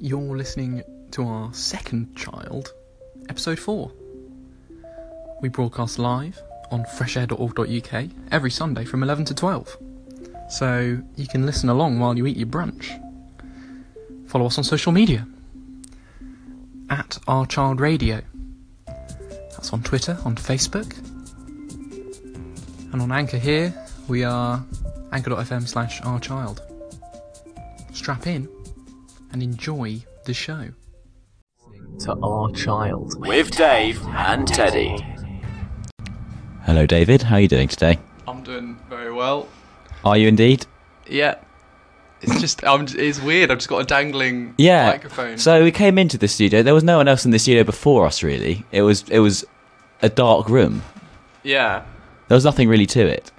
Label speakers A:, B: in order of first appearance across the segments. A: You're listening to our second child, episode four. We broadcast live on freshair.org.uk every Sunday from 11 to 12. So you can listen along while you eat your brunch. Follow us on social media at Our Child Radio. That's on Twitter, on Facebook, and on Anchor here, we are anchor.fm slash Our Child. Strap in and enjoy the show.
B: to our child.
C: with Dave and Teddy.
D: Hello, David. How are you doing today?
A: I'm doing very well.
D: Are you indeed?
A: Yeah. It's just, I'm, it's weird. I've just got a dangling
D: Yeah.
A: microphone.
D: So we came into the studio. There was no one else in the studio before us, really. It was it was a dark room.
A: yeah.
D: There was nothing really to it.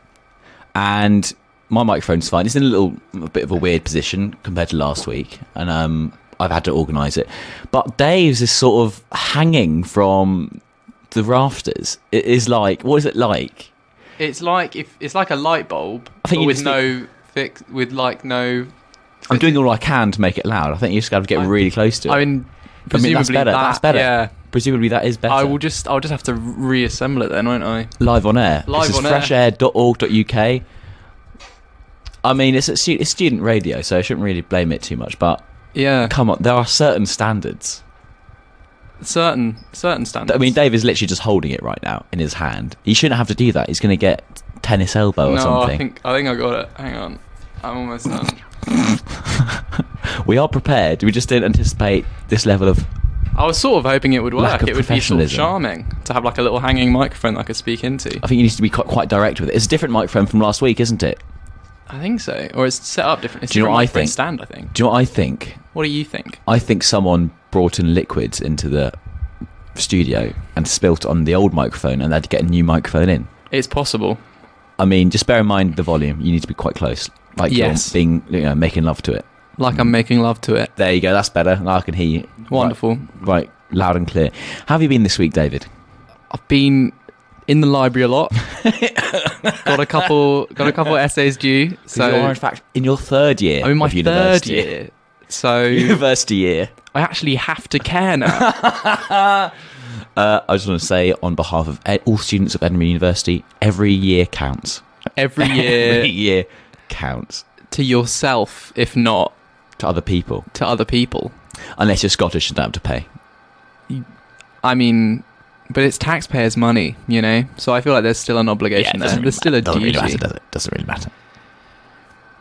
D: And my microphone's fine. It's in a little a bit of a weird position compared to last week, and um, I've had to organise it. But Dave's is sort of hanging from the rafters. It is like what is it like?
A: It's like if it's like a light bulb,
D: I think
A: but
D: you
A: with
D: just
A: no fix, with like no.
D: I'm doing all I can to make it loud. I think you just got to get really close to it.
A: I mean,
D: I
A: presumably
D: mean, that's better.
A: That,
D: that's better.
A: Yeah.
D: Presumably that is better.
A: I will just, I'll just have to reassemble it then, won't I?
D: live on air.
A: Live
D: this
A: on air.
D: is freshair.org.uk. I mean, it's, a stu- it's student radio, so I shouldn't really blame it too much. But
A: Yeah.
D: come on, there are certain standards.
A: Certain, certain standards.
D: I mean, Dave is literally just holding it right now in his hand. He shouldn't have to do that. He's going to get tennis elbow or
A: no,
D: something.
A: I think, I think I got it. Hang on, I'm almost done.
D: We are prepared. We just didn't anticipate this level of.
A: I was sort of hoping it would work.
D: Lack of
A: it would be sort of
D: professionalism.
A: charming to have like a little hanging microphone that I could speak into.
D: I think you need to be quite, quite direct with it. It's a different microphone from last week, isn't it?
A: I think so, or it's set up differently. It's
D: Do you know
A: different
D: what I
A: microphone
D: think?
A: Stand, I think.
D: Do you know what I think?
A: What do you think?
D: I think someone brought in liquids into the studio and spilt on the old microphone and they had to get a new microphone in.
A: It's possible.
D: I mean, just bear in mind the volume. You need to be quite close, like
A: Yes.
D: you're being, you know, making love to it.
A: Like I'm making love to it.
D: There you go. That's better. Now I can hear you.
A: Wonderful.
D: Hmm. Right, right, loud and clear. How have you been this week, David?
A: I've been in the library a lot. got a couple, got a couple essays due.
D: 'Cause you're
A: So
D: in fact in your third year.
A: I'm in my
D: of
A: third
D: university.
A: year. So
D: university year.
A: I actually have to care now.
D: Uh, I just want to say, on behalf of e- all students of Edinburgh University, every year counts.
A: Every
D: Every
A: year
D: year counts
A: to yourself, if not
D: to other people,
A: to other people.
D: unless you're Scottish and don't have to pay.
A: I mean, but it's taxpayers' money, you know. So I feel like there's still an obligation there. There's still a
D: doesn't
A: duty.
D: really matter, does it? Doesn't really matter.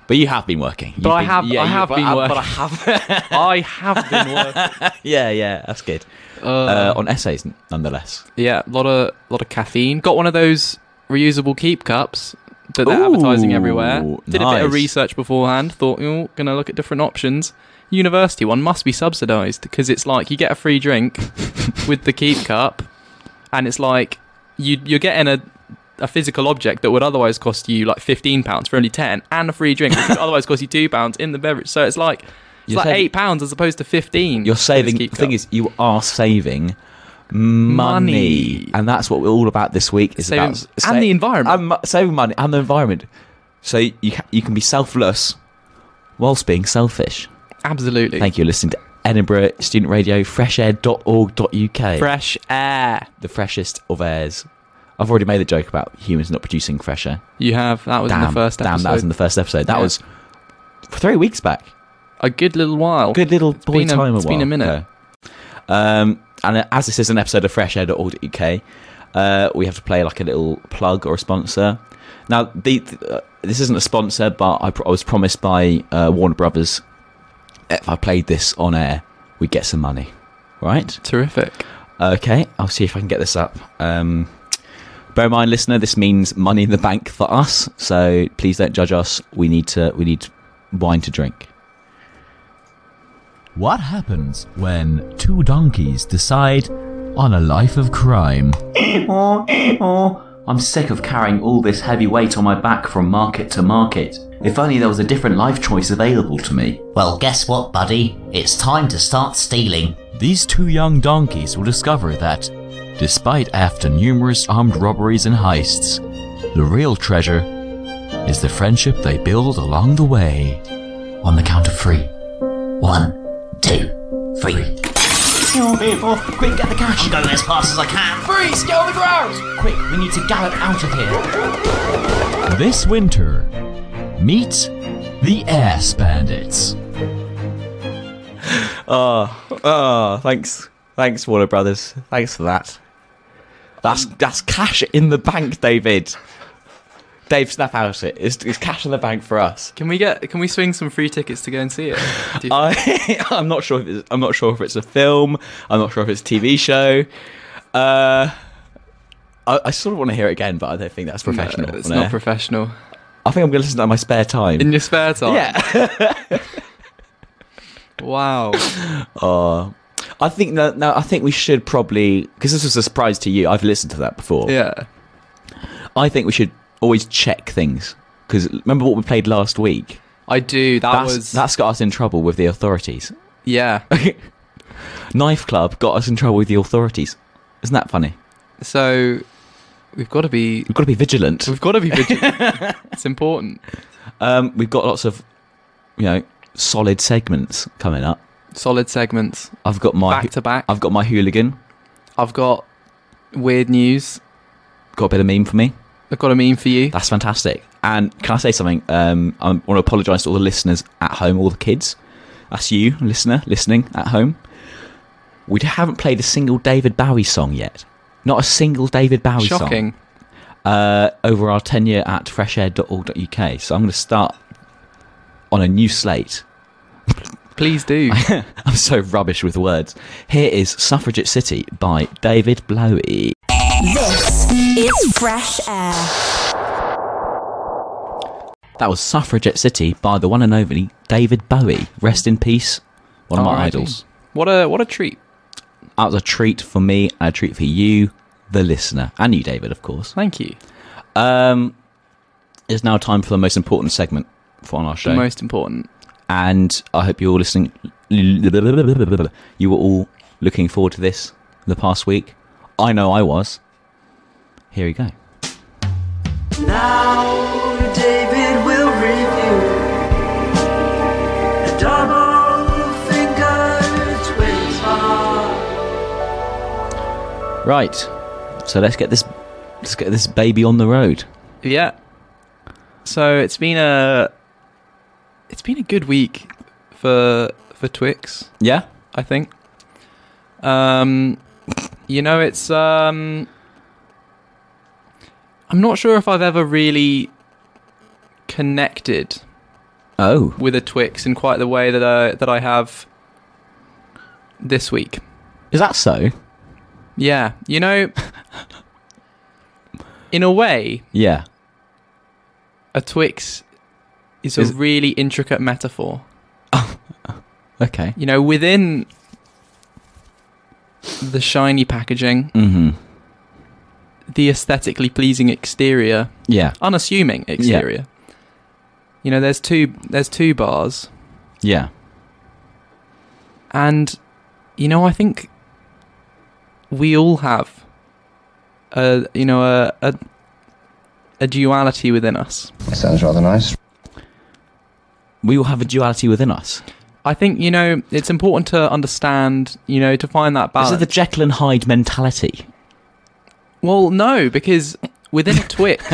D: But you have been working. You've
A: But I
D: been-
A: have- I
D: you-
A: have
D: but
A: been
D: But I
A: working.
D: have.
A: I have been working.
D: yeah, yeah, that's good.
A: Uh,
D: Uh, on essays, n- nonetheless.
A: yeah, lot of lot of caffeine. Got one of those reusable keep cups that they're advertising
D: Ooh,
A: everywhere. Did a bit of
D: nice.
A: research beforehand. Thought you're gonna look at different options. University one must be subsidised because it's like you get a free drink with the keep cup, and it's like you you're getting a a physical object that would otherwise cost you like fifteen pounds for only ten, and a free drink which would otherwise cost you two pounds in the beverage. So it's like it's
D: You're
A: like
D: saving-
A: eight pounds as opposed to fifteen.
D: You're
A: for this
D: saving. The
A: Keep
D: thing
A: Cup.
D: is, you are saving money,
A: Money.
D: and that's what we're all about this week. Is
A: Saving-
D: about s-
A: and the environment.
D: and mo- saving money and the environment. So you ca- you can be selfless whilst being selfish.
A: absolutely
D: Thank you. for Listening to Edinburgh Student Radio, freshair.org.uk.
A: fresh air.
D: the freshest of airs. I've already made the joke about humans not producing fresh air.
A: You have. That was
D: damn,
A: in the first episode.
D: damn, that was in the first episode. That
A: Yeah.
D: was three weeks back.
A: a good little while.
D: Good little boy
A: been a-
D: time.
A: it's been
D: while
A: a minute.
D: ago. Um, and uh, as this is an episode of Fresh Air.org.uk, uh, we have to play like a little plug or a sponsor. Now, the, the- uh, this isn't a sponsor, but I, pr- I was promised by uh, Warner Brothers if I played this on air, we'd get some money. Right?
A: Terrific.
D: Okay, I'll see if I can get this up. Um, bear in mind, listener, this means money in the bank for us. So please don't judge us. We need to. We need wine to drink.
B: What happens when two donkeys decide on a life of crime?
D: I'm sick of carrying all this heavy weight on my back from market to market. If only there was a different life choice available to me.
E: Well, guess what, buddy? It's time to start stealing.
B: These two young donkeys will discover that, despite after numerous armed robberies and heists, the real treasure is the friendship they build along the way.
E: On the count of three. One, two, Three.
F: Come on, people. Quick, get the cash.
E: I'm going as fast as I can.
F: Freeze, get on the ground.
E: Quick, we need to gallop out of here.
B: This winter, meet the Ass Bandits.
D: Oh, oh, thanks, thanks, Warner Brothers. Thanks for that. That's that's cash in the bank, David. Dave, snap out it. It's, it's cash in the bank for us.
A: Can we get? Can we swing some free tickets to go and see it? Do
D: Uh,
A: you-
D: I, I'm not sure if it's, I'm not sure if it's a film. I'm not sure if it's a TV show. Uh, I, I sort of want to hear it again, but I don't think that's
A: No,
D: professional.
A: it's
D: on
A: not
D: air.
A: professional.
D: I think I'm going to listen to that in my spare time.
A: In your spare time.
D: yeah.
A: Wow.
D: Uh, I think that no, I think we should probably because this was a surprise to you. I've listened to that before.
A: Yeah.
D: I think we should always check things because remember what we played last week.
A: I do. That
D: That's,
A: was.
D: that's got us in trouble with the authorities.
A: yeah.
D: Knife Club got us in trouble with the authorities. Isn't that funny?
A: So we've got to be.
D: We've got to be vigilant.
A: We've got to be vigilant. it's important.
D: Um, we've got lots of you know solid segments coming up.
A: Solid segments,
D: I've got my
A: back to back.
D: I've got my hooligan.
A: I've got weird news.
D: Got a bit of meme for me.
A: I've got a meme for you.
D: That's fantastic. And can I say something? Um, I want to apologise to all the listeners at home, all the kids. That's you, listener, listening at home. We haven't played a single David Bowie song yet. Not a single David Bowie song
A: Shocking.
D: uh, over our tenure at freshair.org.uk. So I'm going to start on a new slate.
A: Please do.
D: I'm so rubbish with words. Here is Suffragette City by David Bowie.
G: This is fresh air.
D: That was Suffragette City by the one and only David Bowie. Rest in peace, one of
A: Alrighty.
D: my idols.
A: What a what a treat.
D: That was a treat for me and a treat for you, the listener, and you, David, of course.
A: Thank you.
D: Um, it's now time for the most important segment for on our show,
A: The most important.
D: and I hope you're all listening. You were all looking forward to this the past week. I know I was. Here we go.
H: Now David will review a double finger Twitter.
D: Right, so let's get this. Let's get this baby on the road.
A: Yeah. So it's been a it's been a good week for for Twix,
D: Yeah.
A: I think. Um you know it's um I'm not sure if I've ever really connected
D: Oh.
A: with a Twix in quite the way that I that I have this week.
D: Is that so?
A: Yeah, you know in a way
D: Yeah.
A: a Twix is a
D: Is-
A: really intricate metaphor.
D: Okay.
A: you know, within the shiny packaging,
D: Mm-hmm.
A: the aesthetically pleasing exterior,
D: Yeah.
A: unassuming exterior. You know, there's two there's two bars,
D: Yeah.
A: and you know, I think we all have a you know a a, a duality within us.
I: Sounds rather nice.
D: We all have a duality within us.
A: I think you know it's important to understand, you know, to find that
D: This
A: balance.
D: is the Jekyll and Hyde mentality.
A: Well, no, because within a Twix,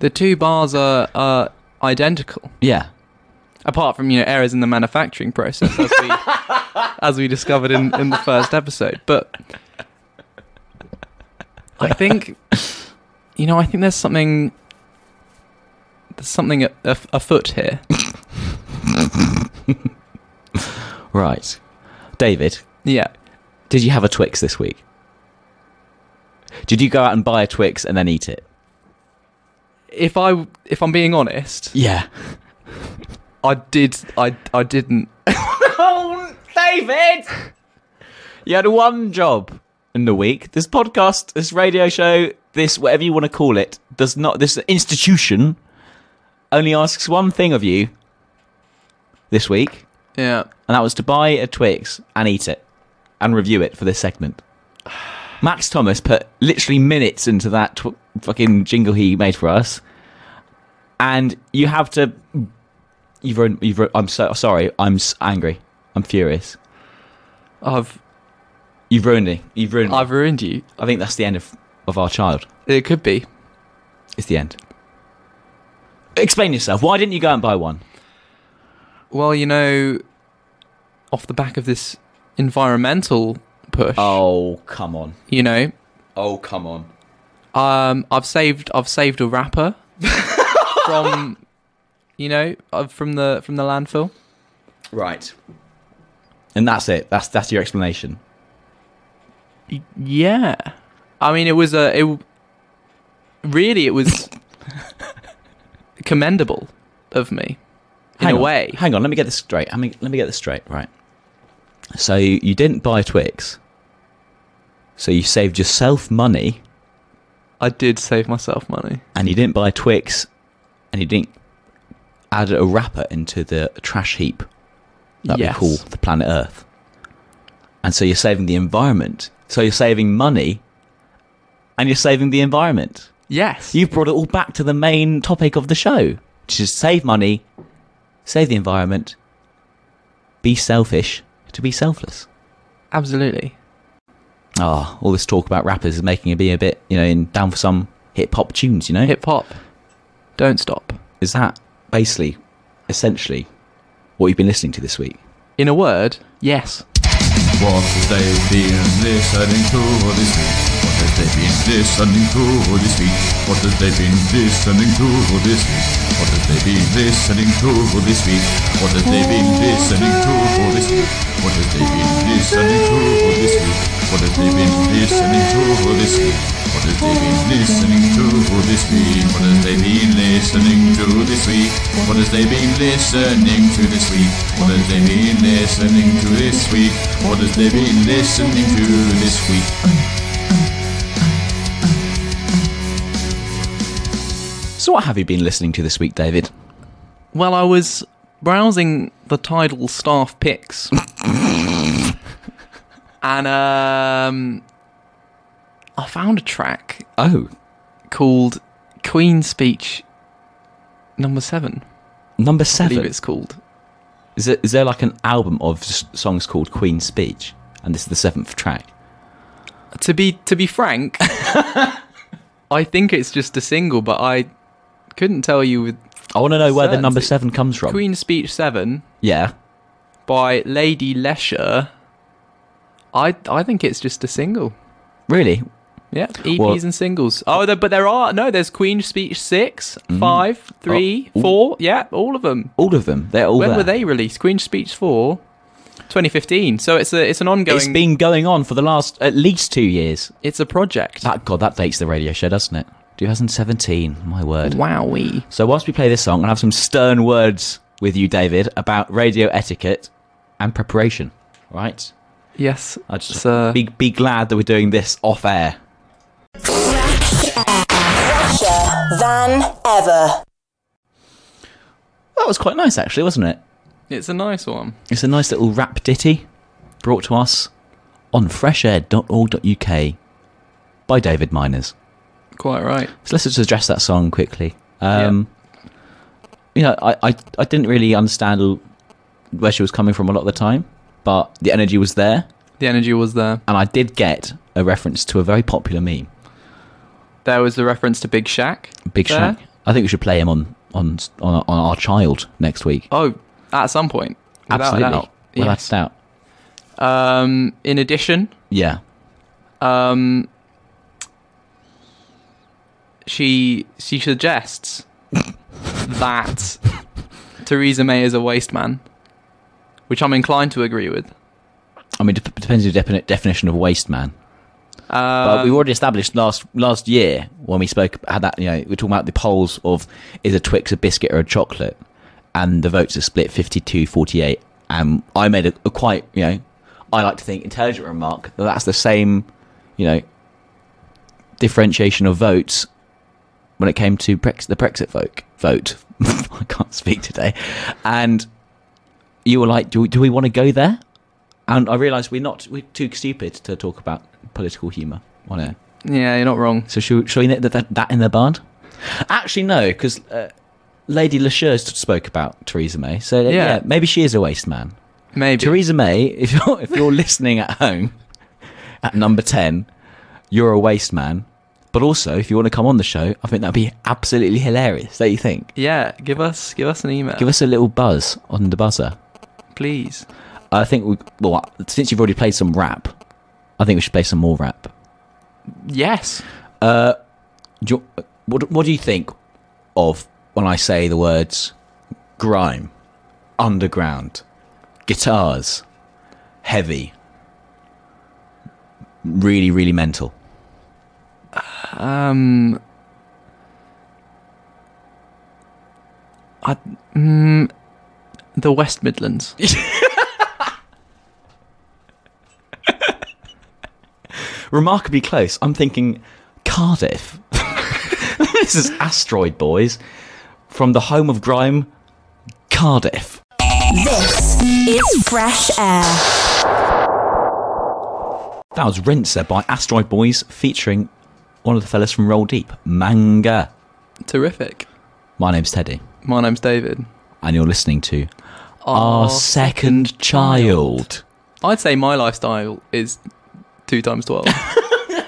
A: the two bars are, are identical,
D: Yeah.
A: apart from you know errors in the manufacturing process, as we, as we discovered in, in the first episode. But I think, you know, I think there's something there's something a- a- afoot here.
D: Right. David,
A: Yeah,
D: did you have a Twix this week? Did you go out and buy a Twix and then eat it?
A: if I if I'm being honest,
D: Yeah.
A: I did I I didn't.
D: Oh, David! You had one job in the week. This podcast, this radio show, this whatever you want to call it, does not. This institution only asks one thing of you this week,
A: Yeah,
D: and that was to buy a Twix and eat it and review it for this segment. Max Thomas put literally minutes into that tw- fucking jingle he made for us, and you have to. You've ruined. You've ruined I'm so sorry. I'm s- angry. I'm furious.
A: I've
D: You've ruined me. You've ruined me.
A: I've ruined you.
D: I think that's the end of, of our child.
A: It could be.
D: It's the end. Explain yourself. Why didn't you go and buy one?
A: Well, you know, off the back of this environmental push,
D: Oh, come on.
A: you know,
D: Oh, come on.
A: um, I've saved I've saved a wrapper from, you know, uh, from the from the landfill.
D: Right. And that's it. That's that's your explanation.
A: Yeah, I mean, it was a it. w- Really, it was commendable of me, in
D: Hang
A: a
D: on.
A: way.
D: Hang on. Let me get this straight. Let me let me get this straight. Right. So you, you didn't buy Twix. So you saved yourself money,
A: I did save myself money.
D: and you didn't buy Twix, and you didn't add a wrapper into the trash heap that
A: Yes.
D: we call the planet Earth. And so you're saving the environment. So you're saving money, and you're saving the environment.
A: Yes.
D: You've brought it all back to the main topic of the show, which is save money, save the environment, be selfish to be selfless.
A: absolutely.
D: Ah, all this talk about rappers is making it be a bit, you know, in down for some hip hop tunes, you know?
A: Hip hop. Don't stop.
D: Is that basically, essentially, what you've been listening to this week?
A: In a word, yes.
I: What have they been listening to this week? What have they been listening to this week? What have they been listening to this week? What have they been listening to this week? What have they been listening to this week? What have they been listening to this week? What have they been listening to this week? What have they been listening to this week? What have they been listening to this week? What has they been listening to this week? What has they been listening to this week? What has they been listening to this week?
D: So, what have you been listening to this week, David?
A: Well, I was browsing the Tidal staff picks. and um, I found a track
D: Oh,
A: called Queen's Speech Number 7,
D: number
A: I believe
D: seven.
A: it's called.
D: Is there, is there like an album of s- songs called Queen's Speech? And this is the seventh track.
A: To be to be frank, I think it's just a single, but I couldn't tell you with
D: I want to know where the number
A: Certainty.
D: seven comes from.
A: Queen's Speech 7
D: Yeah.
A: by Lady Lesher. I I think it's just a single.
D: Really?
A: Yeah, EPs
D: Well-
A: and singles. Oh, there, but there are no. There's Queen's Speech six, five, three,
D: Mm-hmm. Oh, ooh.
A: four. Yeah, all of them.
D: All of them. They're all
A: when
D: there.
A: were they released? Queen's Speech four, 2015. So it's a it's an ongoing.
D: It's been going on for the last at least two years.
A: it's a project.
D: That God, that dates the radio show, doesn't it? 2017. My word.
A: Wowie.
D: So whilst we play this song, I'll have some stern words with you, David, about radio etiquette and preparation. All Right?
A: Yes,
D: I just
A: sir.
D: be be glad that we're doing this off air.
G: than ever.
D: That was quite nice, actually, wasn't it?
A: it's a nice one.
D: It's a nice little rap ditty brought to us on freshair.org.uk by David Miners.
A: Quite right.
D: So let's just address that song quickly. Um, You know, I, I, I didn't really understand l- where she was coming from a lot of the time, but the energy was there,
A: The energy was there.
D: and I did get a reference to a very popular meme,
A: There was the reference to Big Shack.
D: Big
A: there.
D: Shaq. I think we should play him on on s- on, on our child next week.
A: Oh, at some point. Without a
D: Absolutely,
A: doubt.
D: without
A: Yes.
D: a doubt.
A: Um. In addition,
D: Yeah,
A: um, she she suggests that Theresa May is a waste man, which I'm inclined to agree with.
D: I mean, dep depends on the defini- definition of waste man.
A: Uh,
D: But we already established last last year when we spoke had that you know we we're talking about the polls of is a Twix a biscuit or a chocolate, and the votes are split 52-48. And I made a, a quite you know I like to think intelligent remark that that's the same you know differentiation of votes when it came to Brex- the Brexit vote vote. I can't speak today, and you were like, do we, do we want to go there? And I realised we're not we're too stupid to talk about political humour on air.
A: yeah, you're not wrong.
D: So shall, shall we nip that, that in the bud? Actually, no, because uh, Lady Lashur's spoke about Theresa May. So yeah.
A: Yeah.
D: maybe she is a waste man.
A: Maybe.
D: Theresa May, if you're, if you're listening at home at number 10, you're a waste man. But also, if you want to come on the show, I think that'd be absolutely hilarious. Don't you think?
A: yeah, give us give us an email,
D: Give us a little buzz on the buzzer.
A: please.
D: I think, we, well, since you've already played some rap, I think we should play some more rap.
A: Yes.
D: Do you, what, what do you think of when I say the words grime, underground, guitars, heavy, really, really mental?
A: Um. I, mm, the West Midlands.
D: Remarkably close. I'm thinking Cardiff. this is Asteroid Boys from the home of grime, Cardiff.
G: This is fresh air.
D: That was Rinser by Asteroid Boys featuring one of the fellas from Roll Deep, Manga.
A: Terrific.
D: My name's Teddy,
A: My name's David.
D: and you're listening to Our Second Child.
A: I'd say my lifestyle is two times twelve.
D: I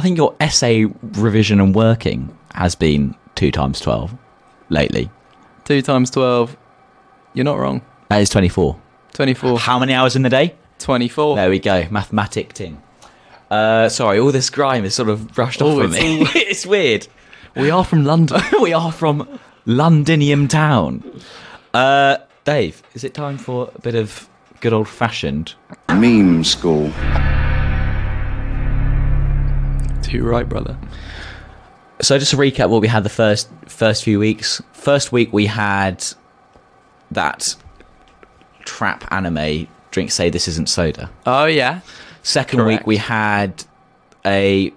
D: think your essay revision and working has been two times 12 lately.
A: two times twelve. You're not wrong.
D: That is 24.
A: 24.
D: How many hours in the day?
A: 24.
D: There we go. Mathematic ting. Uh, sorry, all this grime is sort of brushed
A: Oh,
D: off of
A: it's
D: me. it's weird.
A: We are from London.
D: we are from Londinium Town. Uh, Dave, is it time for a bit of good old fashioned?
J: Meme school.
A: Too right, brother.
D: So just to recap what we had the first first few weeks. First week we had that trap anime drink say this isn't soda.
A: Oh, yeah.
D: Second
A: Correct.
D: week we had a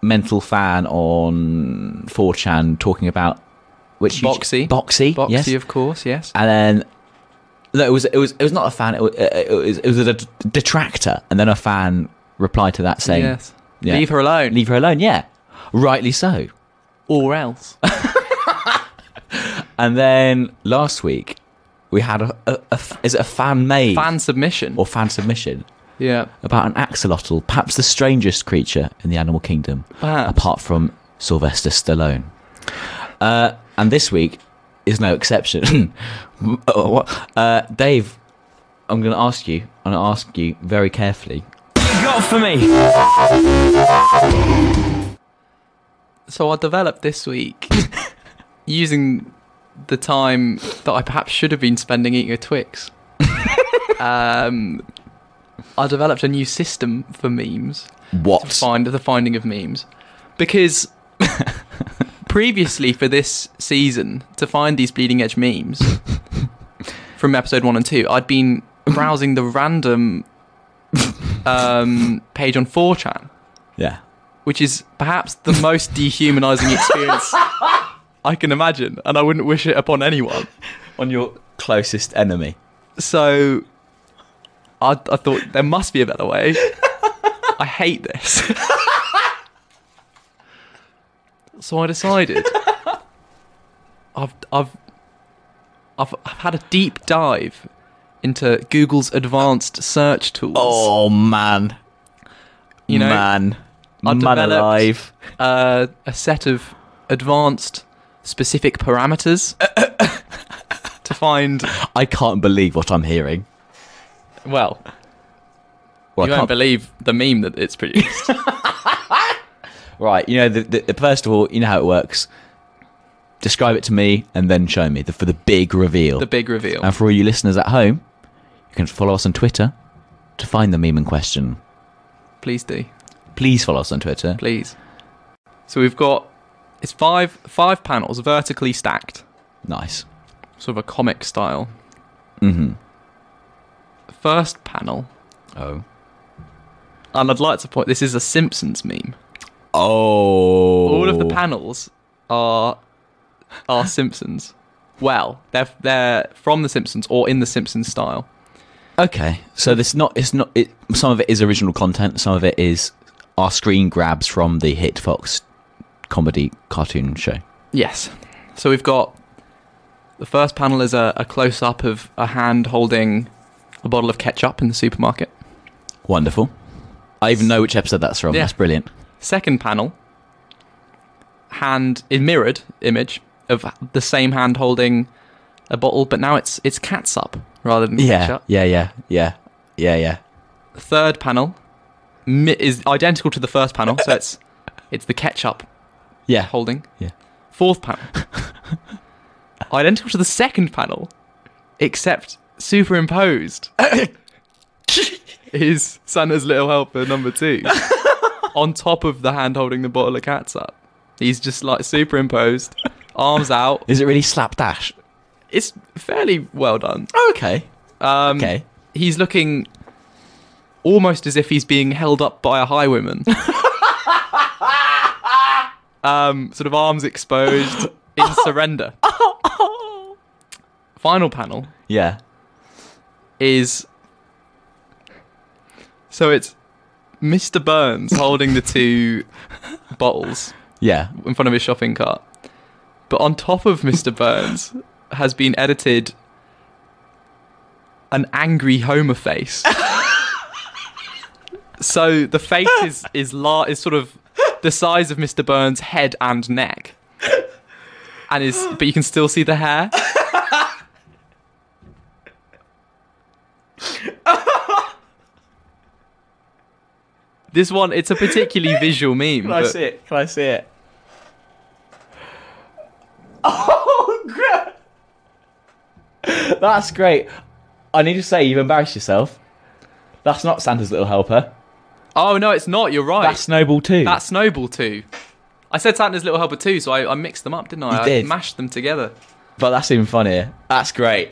D: mental fan on 4chan talking about which
A: Boxy.
D: boxy,
A: Boxy,
D: yes.
A: of course, yes.
D: and then no, it was it was it was not a fan. It was it was, it was a d- detractor, and then a fan replied to that saying,
A: yes.
D: yeah.
A: Leave her alone.
D: "Leave her alone." Yeah, rightly so.
A: or else.
D: And then last week we had a, a, a f- is it a fan made
A: Fan submission.
D: or fan submission
A: yeah.
D: about an axolotl, perhaps the strangest creature in the animal kingdom,
A: Perhaps.
D: apart from Sylvester Stallone. Uh, and this week is no exception. Oh, what? uh, Dave, I'm going to ask you, I'm going to ask you very carefully.
C: Got for me.
A: So I developed this week using the time that I perhaps should have been spending eating a Twix. um, I developed a new system for memes.
D: What?
A: find the finding of memes because previously for this season to find these bleeding edge memes from episode 1 and 2 I'd been browsing the random um, page on 4chan
D: Yeah.
A: which is perhaps the most dehumanizing experience I can imagine and I wouldn't wish it upon anyone
D: On your closest enemy.
A: so I, I thought there must be a better way. I hate this. so I decided I've I've I've I've had a deep dive into Google's advanced search tools.
D: Oh, man.
A: you know,
D: man.
A: I
D: Man
A: developed-
D: alive.
A: uh, a set of advanced specific parameters to find.
D: I can't believe what I'm hearing.
A: Well,
D: Well,
A: you
D: I
A: won't
D: can't
A: believe the meme that it's produced.
D: Right, you know, the, the, the- first of all, you know how it works. Describe it to me and then show me the, for the big reveal.
A: the big reveal.
D: and for all you listeners at home, you can follow us on Twitter to find the meme in question.
A: Please do.
D: Please follow us on Twitter.
A: please. So we've got it's five five panels vertically stacked,
D: Nice.
A: sort of a comic style.
D: Mhm.
A: First panel,
D: Oh.
A: and I'd like to point this is a Simpsons meme.
D: Oh.
A: All
D: All
A: of the panels are are Simpsons. Well, they're they're from the Simpsons or in the Simpsons style.
D: Okay, so this not it's not it. Some of it is original content. Some of it is our screen grabs from the hit Fox comedy cartoon show.
A: Yes. So we've got The first panel is a, a close up of a hand holding a bottle of ketchup in the supermarket.
D: Wonderful. I even know which episode that's from.
A: Yeah.
D: That's brilliant.
A: Second panel, hand in mirrored image of the same hand holding a bottle, but now it's it's catsup rather than
D: Yeah,
A: ketchup.
D: yeah, yeah, yeah, yeah, yeah.
A: Third panel mi- is identical to the first panel, so it's it's the ketchup
D: Yeah,
A: holding.
D: Yeah.
A: Fourth panel. Identical to the second panel, except superimposed is Santa's little helper number two on top of the hand holding the bottle of catsup. He's just like superimposed, arms out.
D: Is it really slapdash?
A: It's fairly well done.
D: Oh, Okay.
A: Um,
D: Okay.
A: He's looking almost as if he's being held up by a highwayman. um, sort of arms exposed in surrender. Final panel
D: Yeah.
A: is so it's Mr. Burns holding the two bottles
D: Yeah.
A: in front of his shopping cart. But on top of Mr. Burns has been edited an angry Homer face. so the face is is lar- is sort of the size of Mr. Burns' head and neck. And is but you can still see the hair. This one, it's a particularly visual meme. but-
D: it? Can I see it? Oh, great. That's great. I need to say, you've embarrassed yourself. That's not Santa's little helper.
A: Oh no, it's not. You're right.
D: That's
A: That's,
D: Snowball too.
A: Snowball too. I said Santa's Little Helper too, so I, I mixed them up, didn't I?
D: You
A: I
D: did.
A: mashed them together.
D: But that's even funnier. That's great.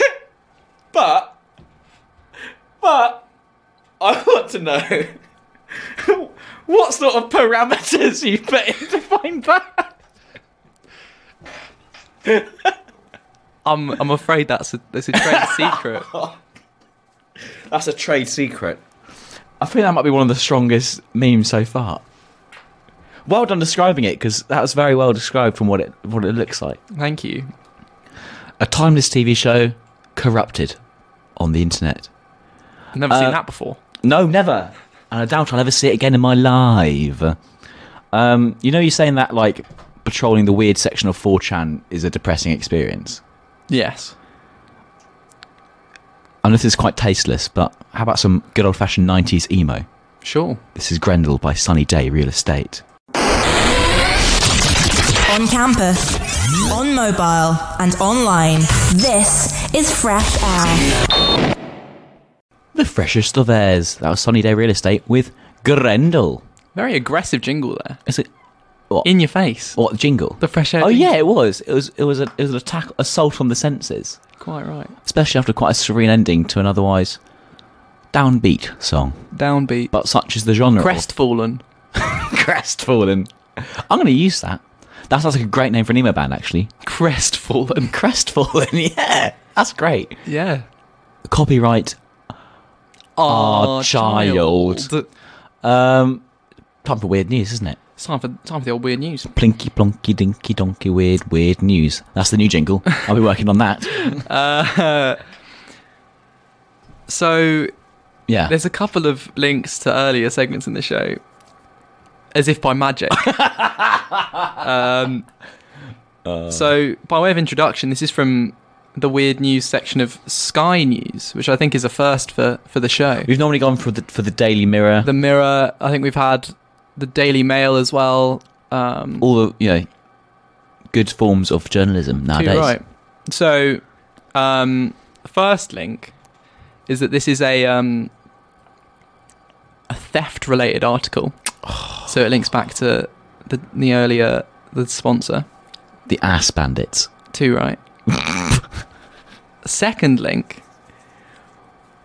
D: but, but, I want to know what sort of parameters you put in to find that.
A: I'm I'm afraid that's a that's a trade secret.
D: That's a trade secret. I think that might be one of the strongest memes so far. Well done describing it because that was very well described from what it what it looks like.
A: Thank you.
D: A timeless TV show corrupted on the internet.
A: I've never
D: Uh,
A: seen that before.
D: No, never. And I doubt I'll ever see it again in my life. Um, you know, you're saying that like patrolling the weird section of 4chan is a depressing experience.
A: Yes.
D: I know this is quite tasteless, but how about some good old fashioned 90s emo?
A: Sure.
D: This is Grendel by Sunny Day Real Estate.
G: On campus, on mobile, and online. This is Fresh Air.
D: The freshest of airs. That was Sunny Day Real Estate with Grendel.
A: Very aggressive jingle there.
D: Is it what?
A: In your face.
D: what jingle?
A: The fresh air.
D: oh
A: jingle.
D: yeah, it was. It was. It was. A, it was an attack, assault on the senses,
A: Quite right.
D: especially after quite a serene ending to an otherwise downbeat song.
A: Downbeat.
D: but such is the genre.
A: Crestfallen.
D: Crestfallen. I'm going to use that. That sounds like a great name for an emo band, actually.
A: Crestfallen.
D: Crestfallen, yeah. That's great.
A: Yeah.
D: Copyright.
A: Our
D: child. Um, time for weird news, isn't it?
A: It's time for time for the old weird news.
D: Plinky plonky dinky donkey weird weird news. That's the new jingle. I'll be working on that.
A: Uh, So
D: Yeah.
A: There's a couple of links to earlier segments in the show, as if by magic. um, So, by way of introduction, this is from the weird news section of Sky News, which I think is a first for, for the show.
D: We've normally gone for the for the Daily Mirror.
A: The Mirror, I think we've had the Daily Mail as well. Um,
D: all the you know good forms of journalism
A: Too
D: nowadays.
A: right. So, um, first link is that this is a um, a theft-related article. So it links back to the the earlier the sponsor.
D: The ass bandits.
A: Too right. Second link.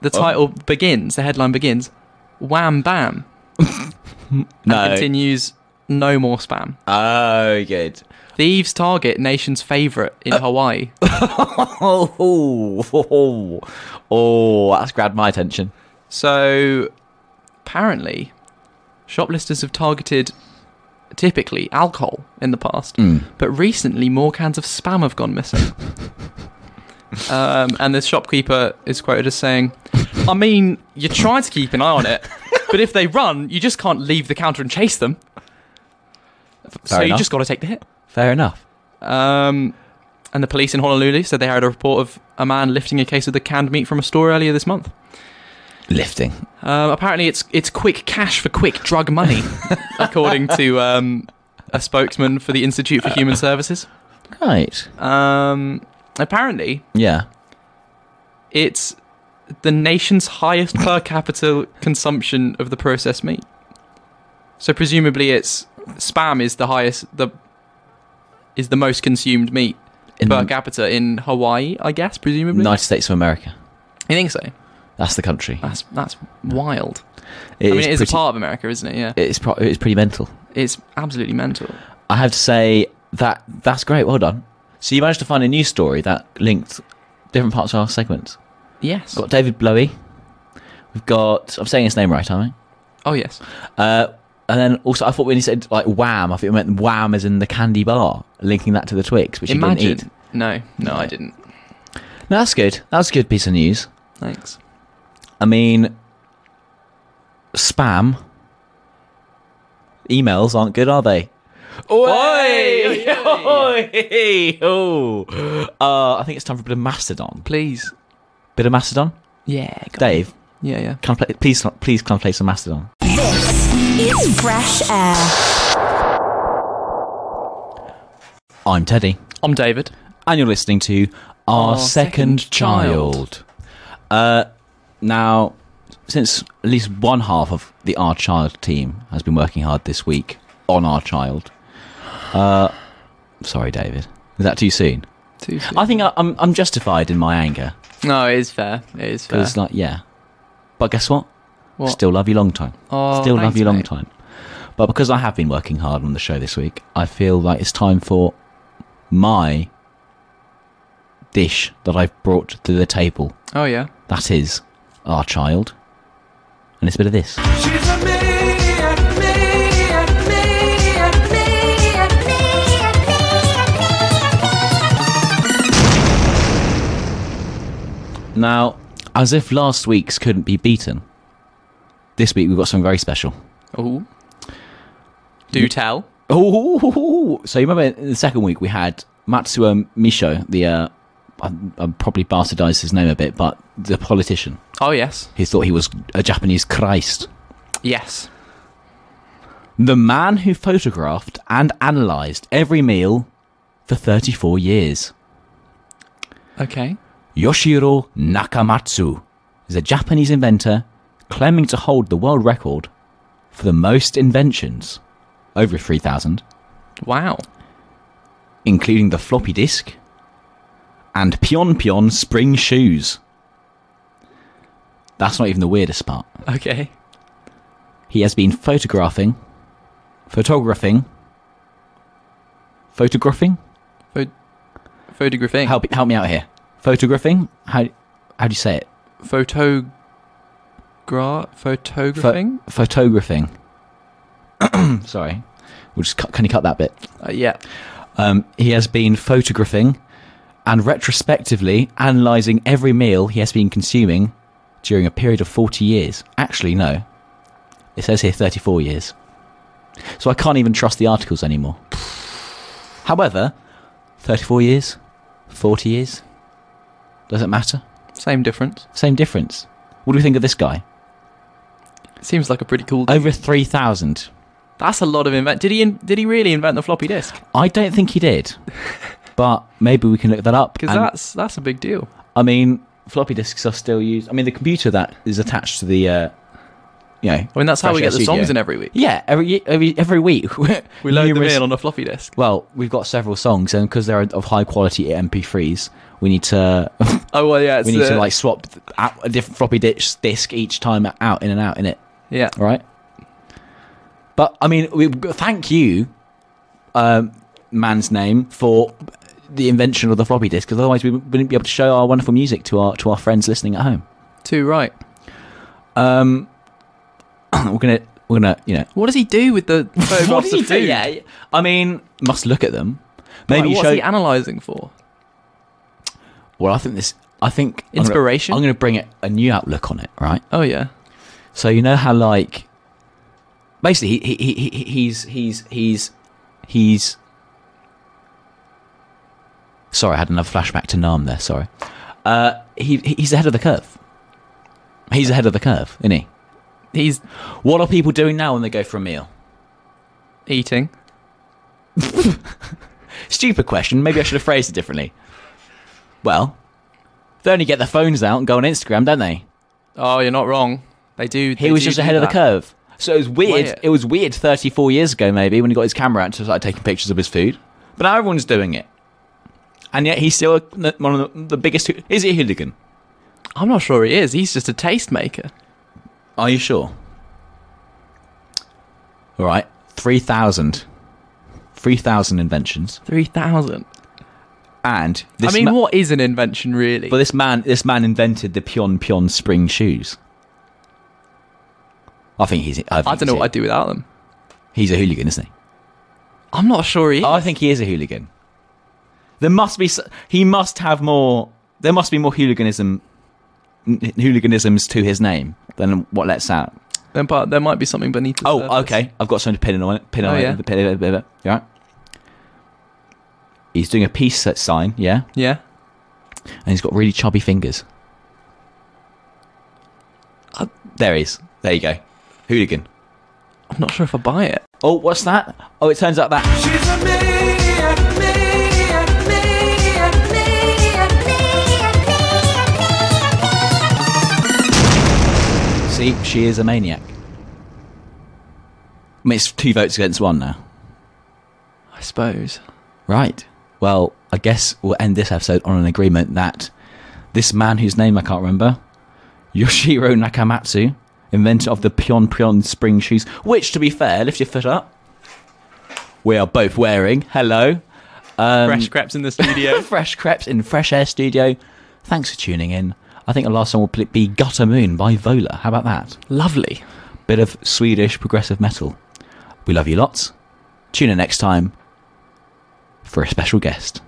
A: The title begins. The headline begins. Wham bam.
D: No.
A: And continues. No more spam.
D: Oh, good.
A: Thieves target nation's favourite
D: Uh,
A: in Hawaii.
D: Oh, oh, oh, oh, that's grabbed my attention.
A: So, apparently, shoplifters have targeted typically alcohol in the past,
D: Hmm.
A: but recently more cans of spam have gone missing. um, and the shopkeeper is quoted as saying, I mean, you try to keep an eye on it, but if they run, you just can't leave the counter and chase them. so you
D: enough.
A: just got to take the hit.
D: Fair enough.
A: Um, and the police in Honolulu said they had a report of a man lifting a case of the canned meat from a store earlier this month.
D: Lifting.
A: Um, apparently, it's it's quick cash for quick drug money, according to um, a spokesman for the Institute for Human Services.
D: Right.
A: Um, apparently,
D: Yeah.
A: it's the nation's highest per capita consumption of the processed meat. So presumably, it's spam is the highest the is the most consumed meat
D: In
A: per
D: the
A: capita in Hawaii, I guess. Presumably,
D: United States of America.
A: you think so?
D: That's the country.
A: That's that's wild.
D: It
A: I mean, it is
D: pretty,
A: a part of America, isn't it? Yeah,
D: It's, pro- it's pretty mental.
A: it's absolutely mental.
D: I have to say that that's great. Well done. So you managed to find a news story that linked different parts of our segments.
A: Yes.
D: We've got David Blowy. We've got. I'm saying his name right, aren't
A: Oh yes.
D: I? Uh, and then also, I thought when he said like wham, I think it meant wham as in the candy bar, linking that to the Twix, which he
A: Imagine.
D: didn't eat.
A: No, no, I
D: Yeah.
A: didn't.
D: No, that's good. That's a good piece of news.
A: Thanks.
D: I mean, spam emails aren't good, are they? Oi! Oi! Oh. Uh, I think it's time for a bit of Mastodon.
A: Please.
D: Bit of Mastodon,
A: Yeah. go-
D: Dave.
A: Yeah, yeah.
D: Can I play, please, please, can I play some Mastodon?
G: This is fresh air.
D: I'm Teddy,
A: I'm David.
D: and you're listening to Our,
A: Our
D: Second,
A: Second
D: Child. Uh, now, since at least one half of the Our Child team has been working hard this week on Our Child. Uh, sorry, David. Is that too soon?
A: Too soon.
D: I think I, I'm, I'm justified in my anger.
A: no, it is fair. It is fair.
D: Because, like, yeah. But guess what?
A: What?
D: Still love you long time.
A: Oh,
D: Still love
A: thanks,
D: you long
A: mate.
D: time. But because I have been working hard on the show this week, I feel like it's time for my dish that I've brought to the table.
A: Oh yeah.
D: That is our child. And it's a bit of this.
H: She's a maniac, maniac, maniac, maniac, maniac, maniac,
D: Now, as if last week's couldn't be beaten, this week we've got something very special.
A: Oh. Do tell.
D: Oh, so you remember in the second week we had Matsuo Misho, the uh, I, I probably bastardized his name a bit, but the politician
A: Oh yes.
D: who thought he was a Japanese Christ,
A: Yes.
D: the man who photographed and analyzed every meal for 34 years.
A: Okay.
D: Yoshiro Nakamatsu is a Japanese inventor claiming to hold the world record for the most inventions, over 3,000.
A: Wow.
D: including the floppy disk and Pion Pion spring shoes. That's not even the weirdest part.
A: Okay.
D: He has been photographing, photographing, photographing.
A: Pho- photographing.
D: Help, help me out here. Photographing. How, how do you say it?
A: Photogra.
D: Pho-
A: Photographing.
D: Photographing. Sorry, we'll just cut, can you cut that bit?
A: uh, yeah.
D: Um, he has been photographing and retrospectively analysing every meal he has been consuming during a period of 40 years. Actually, no. It says here 34 years. So I can't even trust the articles anymore. However, 34 years, 40 years, doesn't matter.
A: Same difference.
D: Same difference. What do we think of this guy?
A: Seems like a pretty cool.
D: Over 3,000.
A: That's a lot of invent. Did he? In- did he really invent the floppy disk?
D: I don't think he did, but maybe we can look that up.
A: Because
D: and-
A: that's that's a big deal.
D: I mean, floppy disks are still used. I mean, the computer that is attached to the, uh, you know.
A: I mean, that's how we
D: Fresh Air
A: get the
D: Studio.
A: songs in every week.
D: Yeah, every ye- every every week
A: We load
D: numerous-
A: them in on a floppy disk.
D: Well, we've got several songs, and because they're of high quality MP3s, we need to
A: Oh well, yeah. It's
D: we need to
A: the-
D: like swap th- out a different floppy disk disk each time out in and out in it.
A: yeah.
D: All right. But I mean, we thank you, um, man's name for the invention of the floppy disk, because otherwise we wouldn't be able to show our wonderful music to our to our friends listening at home.
A: Too right.
D: Um, we're gonna we're We're gonna, you know,
A: What does he do with the photographs
D: what
A: of
D: did he do?
A: food?
D: Yeah, I mean, must look at them.
A: Like,
D: Maybe you
A: what's
D: show.
A: he analysing for?
D: well, I think this. I think I'm gonna-
A: Inspiration?
D: I'm going to bring it a new outlook on it, right?
A: Oh yeah.
D: So you know how like basically he, he, he, he he's he's he's he's sorry I had another flashback to Nam there sorry uh he he- he's ahead of the curve he's ahead of the curve isn't he
A: He's
D: what are people doing now when they go for a meal
A: eating.
D: stupid question maybe I should have phrased it differently well they only get their phones out and go on Instagram don't they
A: Oh, you're not wrong. They do.
D: He was just ahead of the curve. So it was weird.
A: Wyatt.
D: It was weird 34 years ago, maybe, when he got his camera out to start taking pictures of his food. But now everyone's doing it. And yet he's still a- one of the, the biggest. hoo- Is he a hooligan?
A: I'm not sure he is. He's just a tastemaker.
D: Are you sure? All right. 3,000. 3,000 inventions.
A: Three thousand.
D: And
A: I
D: this
A: mean,
D: ma-
A: what is an invention really?
D: But this man, this man invented the Pion Pion spring shoes. I think he's. I, think
A: I don't know what I'd do without them.
D: He's a hooligan, isn't he?
A: I'm not sure he. Is.
D: Oh, I think he is a hooligan. There must be. s- He must have more. There must be more hooliganism, n- hooliganisms to his name than what lets out.
A: Then, but there might be something beneath. The
D: Oh,
A: surface.
D: okay. I've got something to pin on it. Pin on
A: Oh,
D: it.
A: yeah.
D: Pin it. Pin it. You all right? He's doing a peace sign, yeah,
A: Yeah.
D: and he's got really chubby fingers. Uh, there he is. There you go. Hooligan.
A: I'm not sure if I buy it.
D: Oh, what's that? Oh, it turns out that
H: She's a maniac, maniac, maniac, maniac, maniac, maniac,
D: See, she is a maniac. I mean, it's two votes against one now.
A: I suppose.
D: Right. Well, I guess we'll end this episode on an agreement that this man whose name I can't remember, Yoshiro Nakamatsu, inventor of the Pion Pion spring shoes, which, to be fair, lift your foot up. We are both wearing. Hello.
A: Fresh creps in the studio.
D: Fresh Creps in Fresh Air Studio. Thanks for tuning in. I think the last song will pl- be Gutter Moon by Vola. How about that?
A: Lovely.
D: bit of Swedish progressive metal. We love you lots. Tune in next time for a special guest.